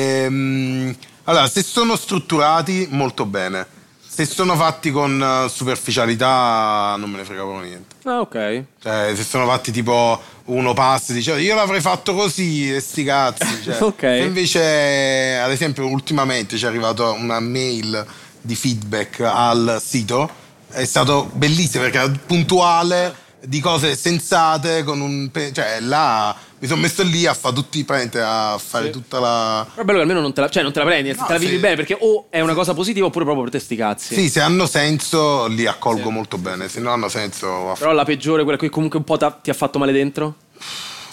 Ehm, allora, se sono strutturati, molto bene. Se sono fatti con eh, superficialità, non me ne frega proprio niente. Ah, ok. Cioè, se sono fatti tipo uno pass, dicevo io l'avrei fatto così, e sti cazzi. Cioè, Ok. Se invece, ad esempio, ultimamente ci è arrivata una mail di feedback al sito, è stato bellissimo perché era puntuale, di cose sensate, con un. pe- cioè, là mi sono messo lì a fare tutti, praticamente, a fare tutta la. Però è bello che almeno non te la, cioè, non te la prendi, No, te la vivi sì. bene perché o è una cosa positiva oppure proprio per te sti cazzi. Sì, se hanno senso li accolgo molto bene, se non hanno senso. aff- Però la peggiore, quella che comunque un po' t'ha- ti ha fatto male dentro.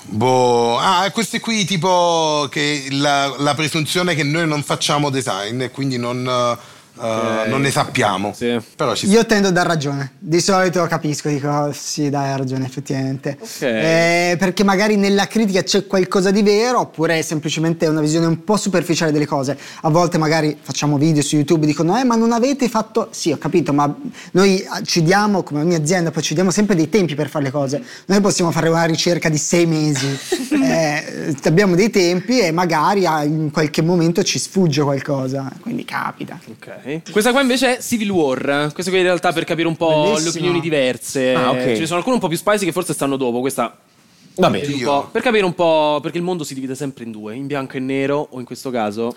Boh, ah, queste qui tipo che la, la presunzione che noi non facciamo design e quindi non, eh, non ne sappiamo. Sì. Però ci Io tendo a dar ragione, di solito capisco, dico "Oh, sì dai hai ragione effettivamente, Eh, perché magari nella critica c'è qualcosa di vero oppure è semplicemente una visione un po' superficiale delle cose, a volte magari facciamo video su YouTube e dicono eh ma non avete fatto, sì ho capito ma noi ah, ci diamo come ogni azienda poi ci diamo sempre dei tempi per fare le cose, noi possiamo fare una ricerca di sei mesi, Eh, abbiamo dei tempi e magari ah, in qualche momento ci sfugge qualcosa, quindi capita. Ok. Questa qua invece è Civil War. Questa qui in realtà per capire un po' le Bellissima. opinioni diverse. Ah, ok. Ce ne sono alcune un po' più spicy che forse stanno dopo. Questa Va bene. un Io. po'- per capire un po' perché il mondo si divide sempre in due, in bianco e nero o in questo caso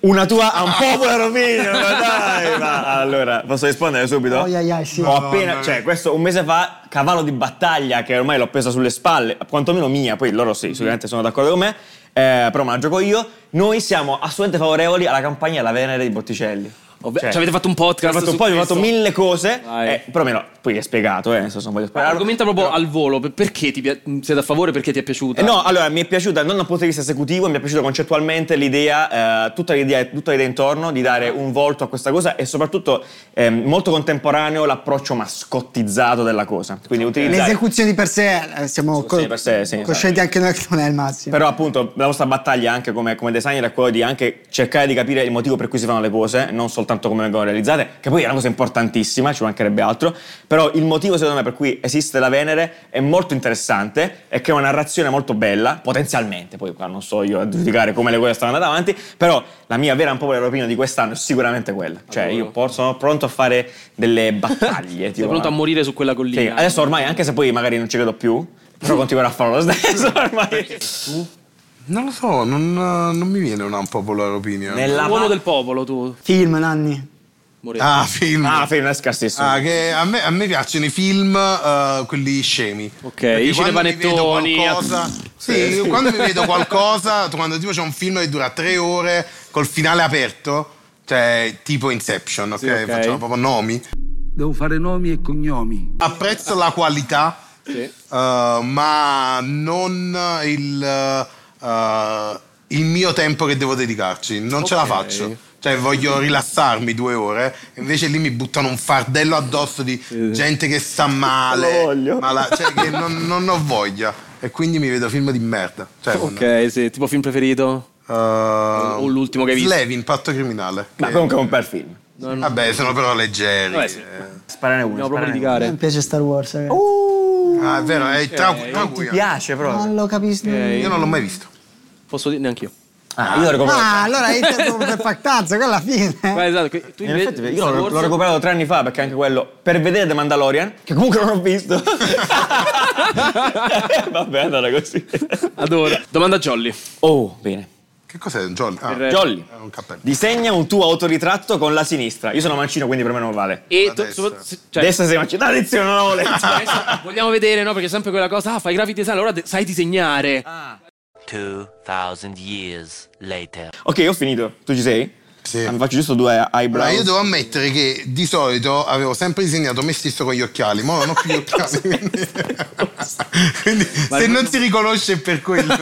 Una tua a un popolo rovino, ma dai! Ma allora, posso rispondere subito? Oh, yeah, yeah, sì. Ho appena, Madonna. cioè, questo un mese fa, cavallo di battaglia, che ormai l'ho presa sulle spalle, quantomeno mia, poi loro sì, sicuramente sono d'accordo con me, eh, però me la gioco io. Noi siamo assolutamente favorevoli alla campagna La Venere di Botticelli. Ovve- Cioè, ci avete fatto un podcast abbiamo fatto un su po', abbiamo questo? fatto mille cose, Vai. eh, però almeno poi è spiegato, eh, nel senso non voglio sparare. Argomenta proprio al volo, per- perché ti pia- siete a favore, perché ti è piaciuta? Eh, no, allora mi è piaciuta non dal punto di vista esecutivo, mi è piaciuta concettualmente l'idea, eh, tutta, l'idea tutta l'idea intorno di dare un volto a questa cosa e soprattutto ehm, molto contemporaneo l'approccio mascottizzato della cosa. Quindi utilizzare. L'esecuzione di per sé eh, siamo co- Sì, per sé, sì, esatto. coscienti anche noi che non è il massimo. Però appunto la vostra battaglia anche come, come designer è quella di anche cercare di capire il motivo per cui si fanno le cose, non soltanto come vengono realizzate, che poi è una cosa importantissima, ci mancherebbe altro, però il motivo secondo me per cui esiste la Venere è molto interessante e crea una narrazione molto bella, potenzialmente, poi qua non so io a giudicare come le cose stanno andando avanti, però la mia vera un po' europina di quest'anno è sicuramente quella, cioè Adoro. io po- sono pronto a fare delle battaglie. Sei tipo- pronto a morire su quella collina? Sì, adesso ormai anche se poi magari non ci credo più, però continuerò a farlo lo stesso ormai. Non lo so, non, eh, non mi viene una popolare opinion. Nella Uomo ma- del popolo tu, Film, Nanni. Moretti. Ah, film. Ah, film è scarsissimo. Ah, che a, me, a me piacciono i film, eh, quelli scemi. Ok, Perché i quando mi vedo cinepanettoni, qualcosa- Sì, quando mi vedo qualcosa, quando tipo c'è un film che dura tre ore col finale aperto, cioè tipo Inception, ok? ok. Facciamo proprio nomi. Devo fare nomi e cognomi. Apprezzo la qualità, Sì. eh, ma non il, eh, il mio tempo che devo dedicarci. Non ce la faccio. Cioè, voglio rilassarmi due ore, invece lì mi buttano un fardello addosso di gente che sta male, mala- cioè, che non, non ho voglia. E quindi mi vedo film di merda. Cioè, Ok, sì, tipo film preferito? o l'ultimo che hai visto. Levi, impatto criminale. Ma Che- comunque è un bel film. Vabbè, sono però leggeri. Vabbè, sì. eh. Sparane uno. Dobbiamo proprio A sparane me litigare. piace Star Wars, eh. ragazzi. Uh, Ah, è vero, è tra, tra cui- uno. Piace proprio. non lo capisco. Io non l'ho mai visto. Posso dire neanche io. Ah, io l'ho recuperato. Ah, allora hai tempo per factanza, quella alla fine. Guarda, esatto, que- tu In invece- effetti, io l'ho, Star l'ho Wars- recuperato tre anni fa perché anche quello per vedere The Mandalorian, che comunque non ho visto. Vabbè, allora così. Adoro. Domanda a Jolly. Oh, bene. Che cos'è? Un Jolly? Ah, Per- Jolly, è un cappello. disegna un tuo autoritratto con la sinistra. Io sono mancino, quindi per me non vale. E La to- destra. sopra- se- cioè, Adesso sei mancino. Ah, lezione, non l'avevo letto. adesso vogliamo vedere, no? Perché è sempre quella cosa, ah, fai graphic design, allora de- sai disegnare. 2,000 years later. ok, ho finito. Tu ci sei? Sì. Ah, mi faccio giusto due eyebrow. Allora, io devo ammettere che di solito avevo sempre disegnato me stesso con gli occhiali, ma non ho più gli occhiali. quindi- quindi se non si riconosce è per quello.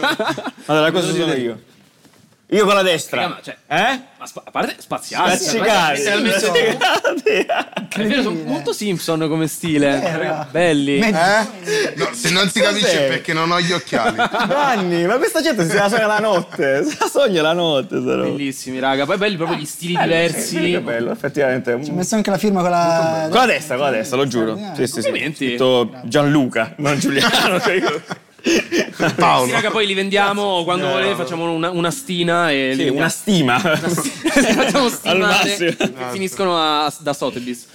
Allora, cosa sono io? Io con la destra. Raga, ma, Ah, cioè, eh? Ma spa- a parte spaziale, Spazzicati. È vero, sono molto Simpson come stile. Era. Belli. Mezzo- Eh? No, se non si capisce Cos'è? è perché non ho gli occhiali. Giovanni, ma questa gente si la sogna la notte. Se la sogna la notte, sarò. Bellissimi, raga. Poi belli proprio gli stili diversi. Che bello, effettivamente. Ho messo anche la firma con la... Con la destra, con la destra, lo giuro. Sì, sì, sì. Complimenti. Scritto Gianluca, non Giuliano. cioè io- Sì, Paolo. raga, poi li vendiamo quando volete, facciamo una, una stina e li Sì, una vendiamo. stima. Li facciamo Al stimare massimo. che finiscono a- da Sotheby's.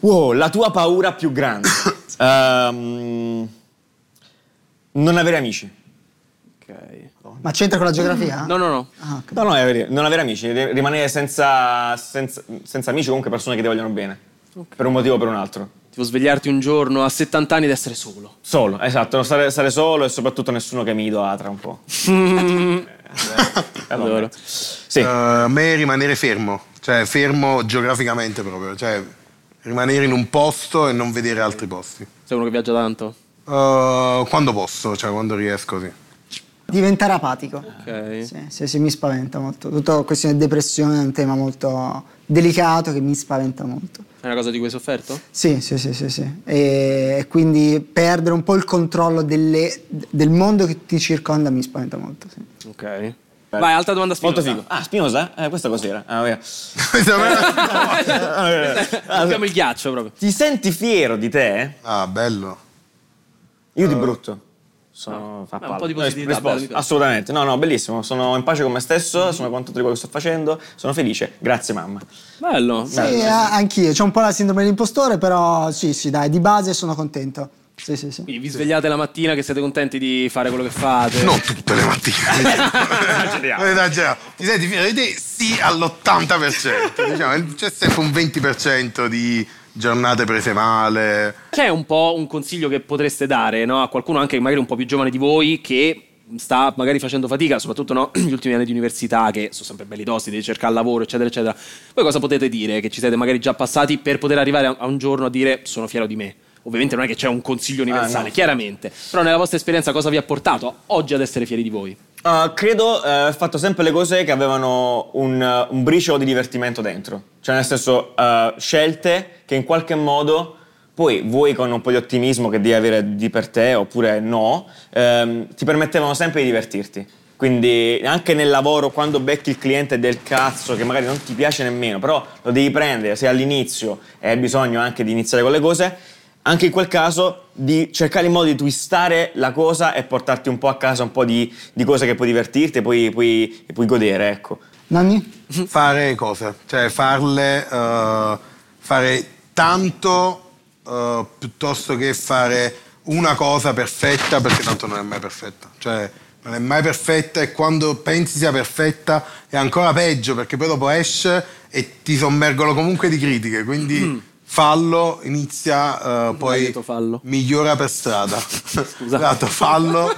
Wow, la tua paura più grande. Ehm, non avere amici. Ma c'entra con la geografia? No, no, no. Ah, ok. No, no, è veri- non avere amici, ri- rimanere senza, senza, senza amici, comunque persone che ti vogliono bene. Per un motivo o per un altro. Tipo svegliarti un giorno a 70 anni ed essere solo. Solo, esatto, stare, stare solo e soprattutto nessuno che mi idolatra un po'. allora. Sì. Eh, a me rimanere fermo, cioè fermo geograficamente proprio, cioè rimanere in un posto e non vedere altri posti. Sei uno che viaggia tanto. Eh, quando posso, cioè quando riesco, sì. Diventare apatico. Ok. Eh, Sì, sì, sì, mi spaventa molto. Tutta la questione di depressione è un tema molto delicato che mi spaventa molto. È una cosa di cui hai sofferto? Sì, sì, sì, sì, sì. E quindi perdere un po' il controllo delle- del mondo che ti circonda mi spaventa molto. Sì. Ok. Vai, altra domanda Molto spinosa. figo. Ah, Spinosa? Eh, questa cos'era. Ah, vero. Abbiamo il ghiaccio proprio. Ti senti fiero di te? ah, bello. Io di brutto. Sono fa Eh. Beh, un palle. po' di No, positività, risposta. dai, dai. Assolutamente. No, no, bellissimo. Sono in pace con me stesso, sono contento di quello che sto facendo, sono felice. Grazie mamma. Bello. Sì, a- Eh, anch'io. C'ho un po' la sindrome dell'impostore, però sì, sì, dai, di base sono contento. Sì, sì, sì. Quindi vi svegliate la mattina che siete contenti di fare quello che fate. Non tutte le mattine. Non esageriamo. Ti senti fiero di te? Sì, all'80%. Diciamo, c'è sempre un 20% di giornate prese male. C'è un po' un consiglio che potreste dare no, a qualcuno anche magari un po' più giovane di voi che sta magari facendo fatica, soprattutto no, gli ultimi anni di università che sono sempre belli tosti, devi cercare lavoro, eccetera, eccetera. Voi cosa potete dire che ci siete magari già passati per poter arrivare a a un giorno a dire sono fiero di me? Ovviamente non è che c'è un consiglio Ah, universale, no. chiaramente, però nella vostra esperienza cosa vi ha portato oggi ad essere fieri di voi? Ah, credo eh, ho fatto sempre le cose che avevano un, eh, un briciolo di divertimento dentro. Cioè, nel senso, eh, scelte che in qualche modo poi vuoi con un po' di ottimismo che devi avere di per te oppure no, ehm, ti permettevano sempre di divertirti. Quindi anche nel lavoro, quando becchi il cliente del cazzo, che magari non ti piace nemmeno, però lo devi prendere, sei all'inizio e hai bisogno anche di iniziare con le cose, anche in quel caso di cercare il modo di twistare la cosa e portarti un po' a casa un po' di, di cose che puoi divertirti e puoi, puoi- e puoi godere, ecco. Nanni? fare cose, cioè farle, eh, fare tanto eh, piuttosto che fare una cosa perfetta perché tanto non è mai perfetta, cioè non è mai perfetta e quando pensi sia perfetta è ancora peggio perché poi dopo esce e ti sommergono comunque di critiche, quindi fallo, inizia, eh, poi detto fallo. migliora per strada. Esatto, fallo,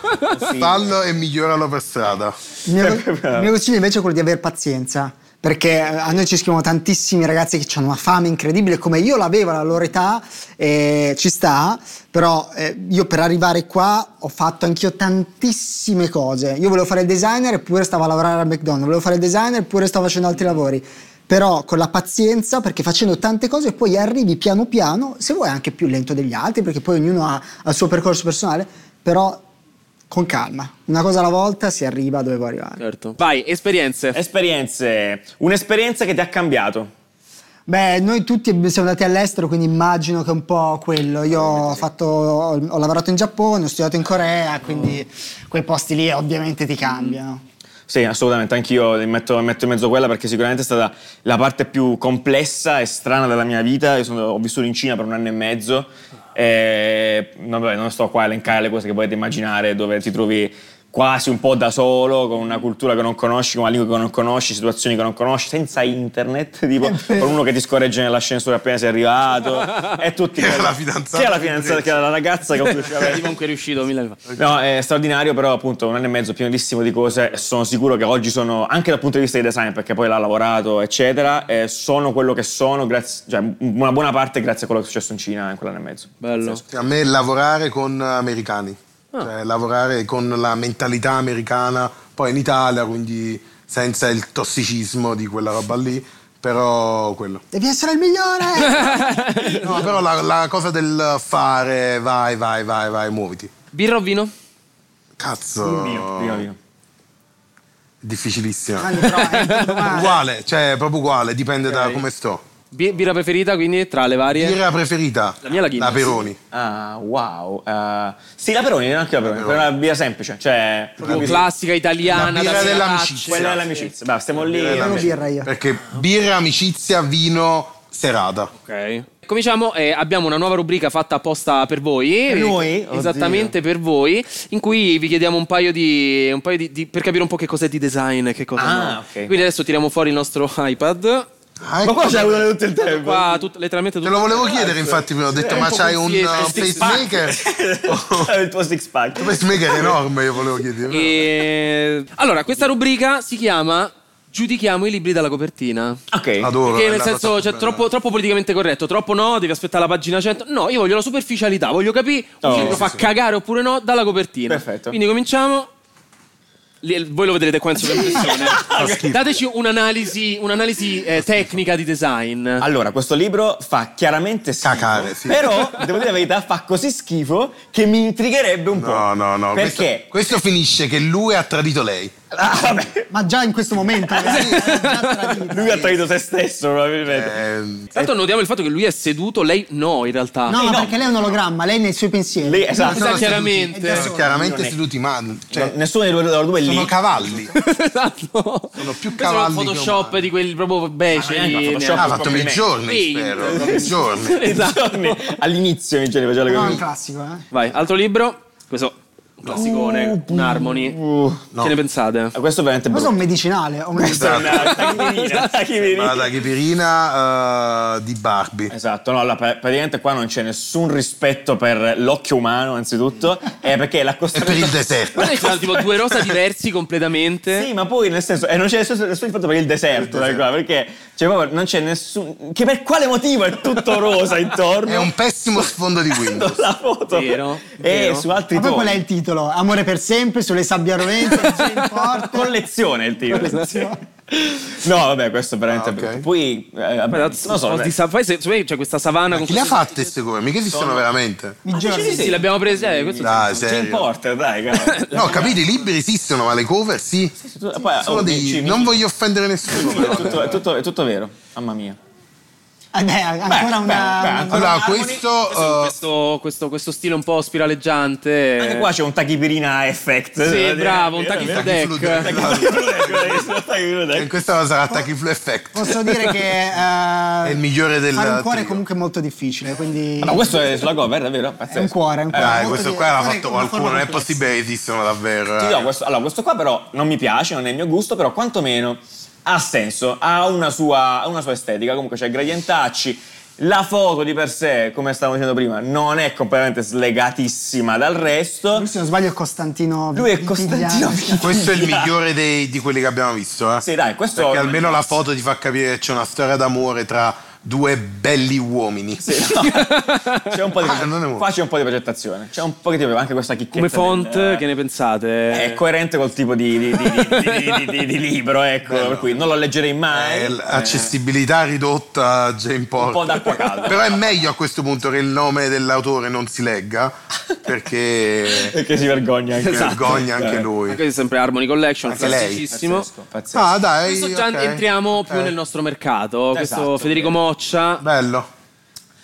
fallo e miglioralo per strada. Il mio, il mio consiglio invece è quello di aver pazienza. Perché eh, a noi ci scrivono tantissimi ragazzi che hanno una fame incredibile, come io l'avevo alla loro età, e ci sta, però eh, io per arrivare qua ho fatto anch'io tantissime cose. Io volevo fare il designer eppure stavo a lavorare a McDonald's, volevo fare il designer eppure stavo facendo altri lavori. Però con la pazienza, perché facendo tante cose poi arrivi piano piano, se vuoi anche più lento degli altri, perché poi ognuno ha, ha il suo percorso personale, però con calma, una cosa alla volta si arriva dove vuoi arrivare. Certo. Vai, esperienze. Eh, Esperienze, un'esperienza che ti ha cambiato. Beh, noi tutti siamo andati all'estero, quindi immagino che è un po' quello. Io ho, fatto, ho, ho lavorato in Giappone, ho studiato in Corea, quindi quei posti lì ovviamente ti cambiano. Sì, assolutamente, anch'io le metto, metto in mezzo quella perché sicuramente è stata la parte più complessa e strana della mia vita. Io sono- ho vissuto in Cina per un anno e mezzo e no, vabbè, non sto qua a elencare le cose che potete immaginare dove ti trovi quasi un po' da solo, con una cultura che non conosci, con una lingua che non conosci, situazioni che non conosci, senza internet, tipo con uno che ti scorregge nell'ascensore appena sei arrivato e tutti... Che era la fidanzata Sia la di fidanzata Drake. che era la ragazza che ho conosciuto. Sei comunque riuscito mille anni fa. No, è straordinario, però appunto un anno e mezzo pienissimo di cose e sono sicuro che oggi sono, anche dal punto di vista di design, perché poi l'ha lavorato, eccetera, e sono quello che sono, grazie, cioè m- una buona parte grazie a quello che è successo in Cina in quell'anno e mezzo. Bello. Cioè, a me lavorare con Ah. americani, cioè lavorare con la mentalità americana, poi in Italia, quindi senza il tossicismo di quella roba lì, però quello. Devi essere il migliore! No, però la, la cosa del fare, vai, vai, vai, vai, muoviti. Birra o vino? Cazzo, Io, io, io. difficilissimo. Quando però eh. è tutto male. Uguale, cioè proprio uguale, dipende da come sto. Bi- birra preferita, quindi, tra le varie? Birra preferita? La mia è la Guinness. Peroni. Ah, wow. eh, sì, la Peroni, neanche la Peroni, quella è una birra semplice, cioè... Proprio classica italiana. La birra da dell'amicizia. Quella è l'amicizia. Beh, stiamo lì... Birra Non dell'amicizia. birra io. Perché birra, amicizia, vino, serata. Ok. Cominciamo, eh, abbiamo una nuova rubrica fatta apposta per voi. Per noi? Esattamente per voi, in cui vi chiediamo un paio di. Un paio di, di- per capire un po' che cos'è di design, che cosa Ah, no. ok. Quindi adesso tiriamo fuori il nostro iPad. Ah, Ma ecco, qua c'è uno di tutto il tempo. Qua tut- letteralmente Te tutto. lo volevo chiedere, infatti, prima ho detto, un ma po' c'hai un confuso, uh, six pacemaker? il tuo six pack. Un pacemaker enorme, io volevo chiedere. E- Allora, questa rubrica si chiama Giudichiamo i libri dalla copertina. Ok. Adoro. Perché è nel la senso, cosa più cioè, bella. troppo, troppo politicamente corretto, troppo no, devi aspettare la pagina 100. No, io voglio la superficialità, voglio capire un Oh, libro sì, fa cagare oppure no dalla copertina. Perfetto. Quindi cominciamo. Lì- Voi lo vedrete qua in sovraimpressione. Ok. Dateci un'analisi, un'analisi eh, tecnica di design. Allora, questo libro fa chiaramente schifo. Cacare, sì. Però, devo dire la verità, fa così schifo che mi intrigherebbe un po'. No, no, no. questo- Perché? Questo, finisce che lui ha tradito lei. Ah, vabbè, Ma già in questo momento, ragazzi, è già tradito. lui ha tradito se stesso, probabilmente. Eh, Tanto notiamo il fatto che lui è seduto, lei no, in realtà. cioè, No, no. perché lei è un ologramma, lei nei suoi pensieri. Lei- esatto. Sa sono seduti, è chiaramente. da sono solo. chiaramente non è- seduti, ma Cioè, cioè, nessuno dei loro due è lì. sono cavalli. esatto. Sono più Questo è un cavalli che Photoshop umani. di quelli proprio beceri. Ma neanche un Photoshop. Ah, ha fatto mille giorni, Sì. spero. Mille giorni. Esatto. Giorni. All'inizio mi genere faceva Però è un così. classico, eh. Vai, altro libro. Questo un classicone, un Harmony. no. Che ne pensate? Ah, Questo è veramente Questo è brutto. un medicinale. o un medicinale. Esatto. Chi mi Ma dice? la chipirina eh, di Barbie. Esatto, no, la- praticamente qua non c'è nessun rispetto per l'occhio umano, anzitutto, è perché E per l'accostamento... il deserto. Guarda, ci sono tipo due rosa diversi completamente. Sì, ma poi nel senso, e non c'è nessun, nessun rispetto per il deserto, dai, qua, perché cioè, proprio non c'è nessun. Che per quale motivo è tutto rosa intorno? È un pessimo sfondo di Windows. la foto. Vero, e vero. su altri Ma poi qual è toni. il titolo? Amore per sempre, sulle sabbie roventi, c'è in porto. Collezione il titolo. No, vabbè, questo è veramente. Ah, ok. Poi. eh, vabbè, Guarda, non so. di vabbè. sa- poi se- se- c'è questa savana con Chi le ha questi- fatte queste cose? Mica esistono veramente. Mi giuro. Sì, sì, le abbiamo prese. eh, questo- Dai, Jane serio. Porter, dai, cara. No, capite, i libri esistono, ma le cover sì. Poi, Sono oh, dei- dici, Non mi- voglio offendere nessuno, è, però. tutto, è tutto- è tutto vero, mamma mia. Eh beh, ancora Beh, una... beh, beh, Allora, questo. eh, Questo, questo, questo stile un po' spiraleggiante. Anche qua Eh, c'è un tachipirina effect. Eh. Cioè, Sì, bravo, un Vero, tachiflu vero. deck. vero? e eh, questa sarà Tachiflu Effect. Posso dire che... eh, È il migliore del. Fare un cuore è trio. comunto comunque molto difficile, quindi... Ma Eh, questo è sulla cover, è vero? Pazzesco. È un cuore, è un cuore. Dai, Molto Eh, questo di- qua l'ha cuore fatto con una qualcuno, forma non è complessa. possibile che esistano davvero. Ti eh. dirò, questo, allora, questo qua però non mi piace, non è il mio gusto, però quantomeno ha senso, ha una sua, ha una sua estetica, comunque c'è gradientacci. La foto di per sé, come stavo dicendo prima, non è completamente slegatissima dal resto. Lui, se non sbaglio è Costantino Lui è Vitigliani. Costantino. Questo è il Vitigliani. migliore dei- di quelli che abbiamo visto. Eh. Sì, dai, questo- Perché almeno la foto ti fa capire che c'è una storia d'amore tra due belli uomini. Sì, no. C'è un po' di Ah, non è molto. qua c'è un po' di progettazione. C'è un po' che Ecco. ti anche questa chicchetta. Come font, del- eh, che ne pensate? È coerente col tipo di, di- di- di- di- di- di- di libro, ecco, per cui non lo leggerei mai. Eh, l- Accessibilità ridotta a Jane Porter. po' d'acqua calda. Però è meglio a questo punto che il nome dell'autore non si legga, perché Perché si vergogna anche. vergogna anche Esatto. Eh. lui. Questo è sempre Harmony Collection, Anche lei. classicissimo. Pazzesco, pazzesco. Ah, dai. Adesso già ok. Eh, entriamo Ok. più nel nostro mercato. Esatto, questo Federico ok. Moccia. Bello.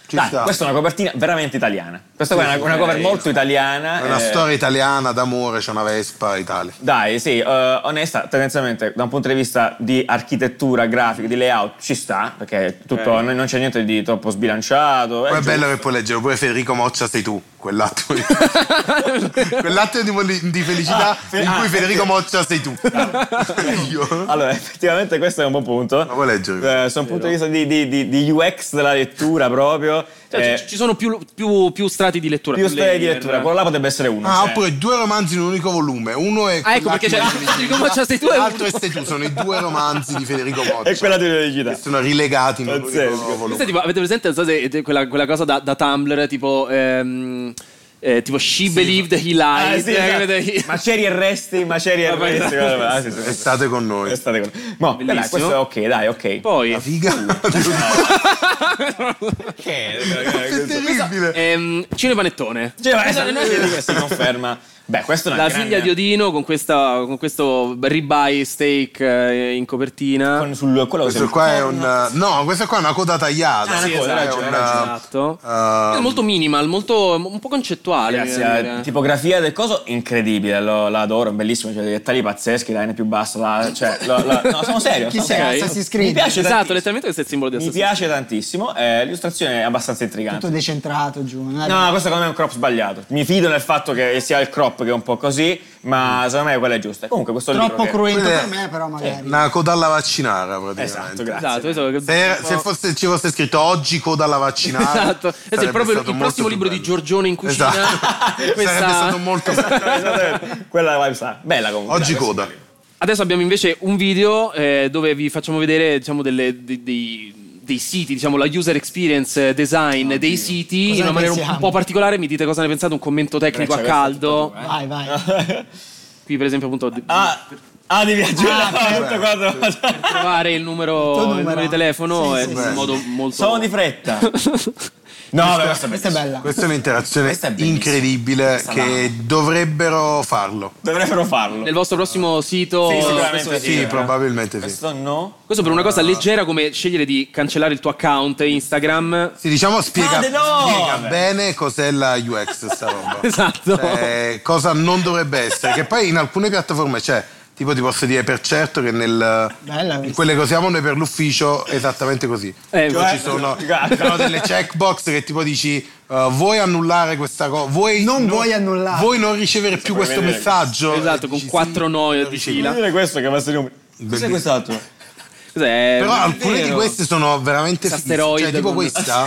Ci Dai, sta. questa è una copertina veramente italiana. Questa qua è una, una cover molto italiana. È una eh, storia italiana d'amore, c'è una Vespa, Italia. Dai, sì, eh, onesta, tendenzialmente da un punto di vista di architettura, grafica, di layout ci sta, perché tutto, non non c'è niente di troppo sbilanciato. Poi eh, è bello che puoi leggere pure Federico Moccia sei tu, quell'atto di, quell'atto di, moli- di felicità in cui Federico Moccia sei tu. Io. Allora, effettivamente questo è un buon punto. Ma vuoi leggere? Eh, sono un punto di vista di, di- di- di UX della lettura proprio. Cioè, eh, ci- ci sono più, più- più strati di lettura. più storia di layer. ecco lettura, quello là potrebbe essere uno. Ah, cioè. oppure due romanzi in un unico volume. Uno è Ah, ecco perché c'è quell'atto di Federico felicità, Moccia sei tu e L'altro uno. è sei tu, sono i due romanzi di Federico Moccia. E quella di velocità. Sono rilegati in un Ecco. Pazzesco. unico Questa è volume. tipo- avete presente non so se- quella, quella cosa da, da Tumblr, tipo ehm, eh, tipo She Believed He Lied. Ah, sì, eh, esatto. capito? He- Macerie e resti, macerie e Vabbè, resti. dai. vabbè, ah, sì, sì, sì. Restate con noi. Restate con- No, dai, dai, Bellissimo. questo è ok, dai, ok. Poi, Che terribile. ehm, Ciro Panettone. Cioè, ma esatto, noi vedi che si conferma. Beh, questo è una La grande- figlia di Odino con, questa, con questo ribeye steak eh, in copertina. con- sul quello Questo qua è un... eh, No, questa qua è una coda tagliata. Ah, sì, esatto, È hai un, ragione. Esatto. eh, È molto minimal, molto, un po' concettuale. Ragazzi, voglio la dire. tipografia del coso incredibile, lo- la adoro, è bellissimo, cioè, dei dettagli pazzeschi, la N più bassa, la- cioè, lo- lo- no, sono serio. Chi sono sei? serio. Assassin's Creed? Mi piace Esatto, tantissimo. letteralmente questo è il simbolo di Mi assassino. piace tantissimo, eh, l'illustrazione è abbastanza intrigante. Tutto decentrato giù. non è- No, questo secondo me è un crop sbagliato. Mi fido nel fatto che sia il crop che è un po' così, ma secondo me quella è giusta. Comunque questo libro Troppo che- cruento Quella è- per me, però magari. eh, Una coda alla vaccinara, praticamente. Esatto, grazie. Esatto, questo- Se, se fosse- ci fosse scritto oggi coda alla vaccinara Esatto, questo è sarebbe proprio stato il molto prossimo più libro di bello. Giorgione in cucina. Esatto. Questa- Sarebbe stato molto Esattamente. Quella è la vibe sa. Bella comunque. Oggi dai, questo- coda. Adesso abbiamo invece un video eh, dove vi facciamo vedere diciamo, delle- dei, dei- dei siti, diciamo la user experience eh, design dei Oh, siti Cosa in ne una maniera un pensiamo? po' particolare. Mi dite cosa ne pensate, un commento tecnico Eh, a cioè, questa è eh. caldo. Vai, vai. Qui per esempio appunto di- Ah, ah, devi aggiungere tutto quanto. trovare il numero, il numero. numero di telefono Sì, è sì, in sì. modo molto... Sono di fretta. No, beh, questo è Questa è bella. Questa è un'interazione Questa è bellissima. incredibile Questa che dovrebbero farlo. Dovrebbero farlo. Nel vostro prossimo sito... Sì, sicuramente Oh, Ah. questo- Sì, sì, eh. probabilmente sì. Questo no. Questo per una cosa leggera come scegliere di cancellare il tuo account Instagram. Sì, diciamo spiega, Ah, no! spiega Vabbè. bene cos'è la UX sta roba. Esatto. Cioè, cosa non dovrebbe essere. Che poi in alcune piattaforme c'è. Tipo ti posso dire per certo che nel, Bella in questa. quelle che usiamo noi per l'ufficio è esattamente così. Eh, Tipo, cioè- ci sono, ci sono delle checkbox che tipo dici eh, vuoi annullare questa cosa? Vuoi Non vuoi annullare. Vuoi non ricevere più questo vedere. messaggio? Esatto, con Dici, quattro sì, no lo di ricevi. fila. Vuol dire questo che va a essere un. Cos'è Bellissimo. quest'altro? Cos'è? Però Non è alcune di vero. queste sono veramente fighissime. Asteroide Cioè, tipo con- questa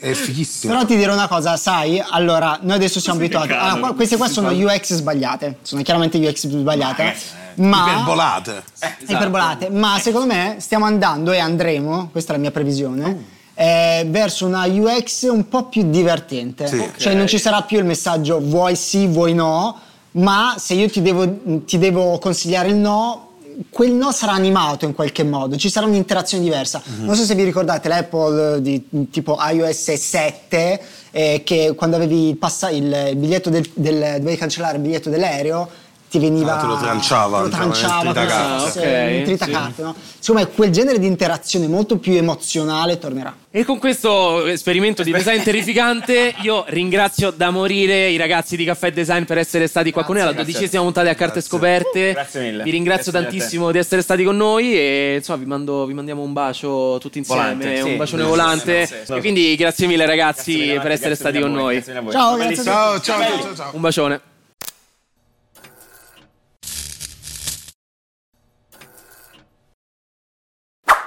è fighissima. Però ti dirò una cosa, sai, allora, noi adesso siamo abituati. peccato. Ah, qua- queste qua sono UX sbagliate, sono chiaramente UX sbagliate, eh, ma Iperbolate. iperbolate, ma secondo me stiamo andando e andremo, questa è la mia previsione. eh, verso una UX un po' più divertente, Sì. cioè non ci sarà più il messaggio vuoi sì, vuoi no, ma se io ti devo, ti devo consigliare il no, quel no sarà animato in qualche modo, ci sarà un'interazione diversa. Non so se vi ricordate l'Apple di tipo iOS 7, eh, che quando avevi il, passa- il biglietto del, del- dovevi cancellare il biglietto dell'aereo. Ti veniva. Ah, te lo tranciava, Lo te lo tranciava. tritacava. come se fosse Ah, ok, un tritacarte, sì. no? Secondo me quel genere di interazione molto più emozionale tornerà. E con questo esperimento di design terrificante io ringrazio da morire i ragazzi di Caffè Design per essere stati qua con noi alla dodicesima puntata a carte scoperte. Grazie mille. Vi ringrazio Grazie mille a tantissimo di essere stati con noi e insomma vi, mando- vi mandiamo un bacio tutti insieme, Volante, sì. un bacione Sì, volante. sì, sì. E quindi grazie mille ragazzi Grazie mille, per essere grazie stati mille a con voi, noi. grazie mille a voi. Ciao, grazie a tutti. Ciao, ciao, ciao, ciao. Un bacione.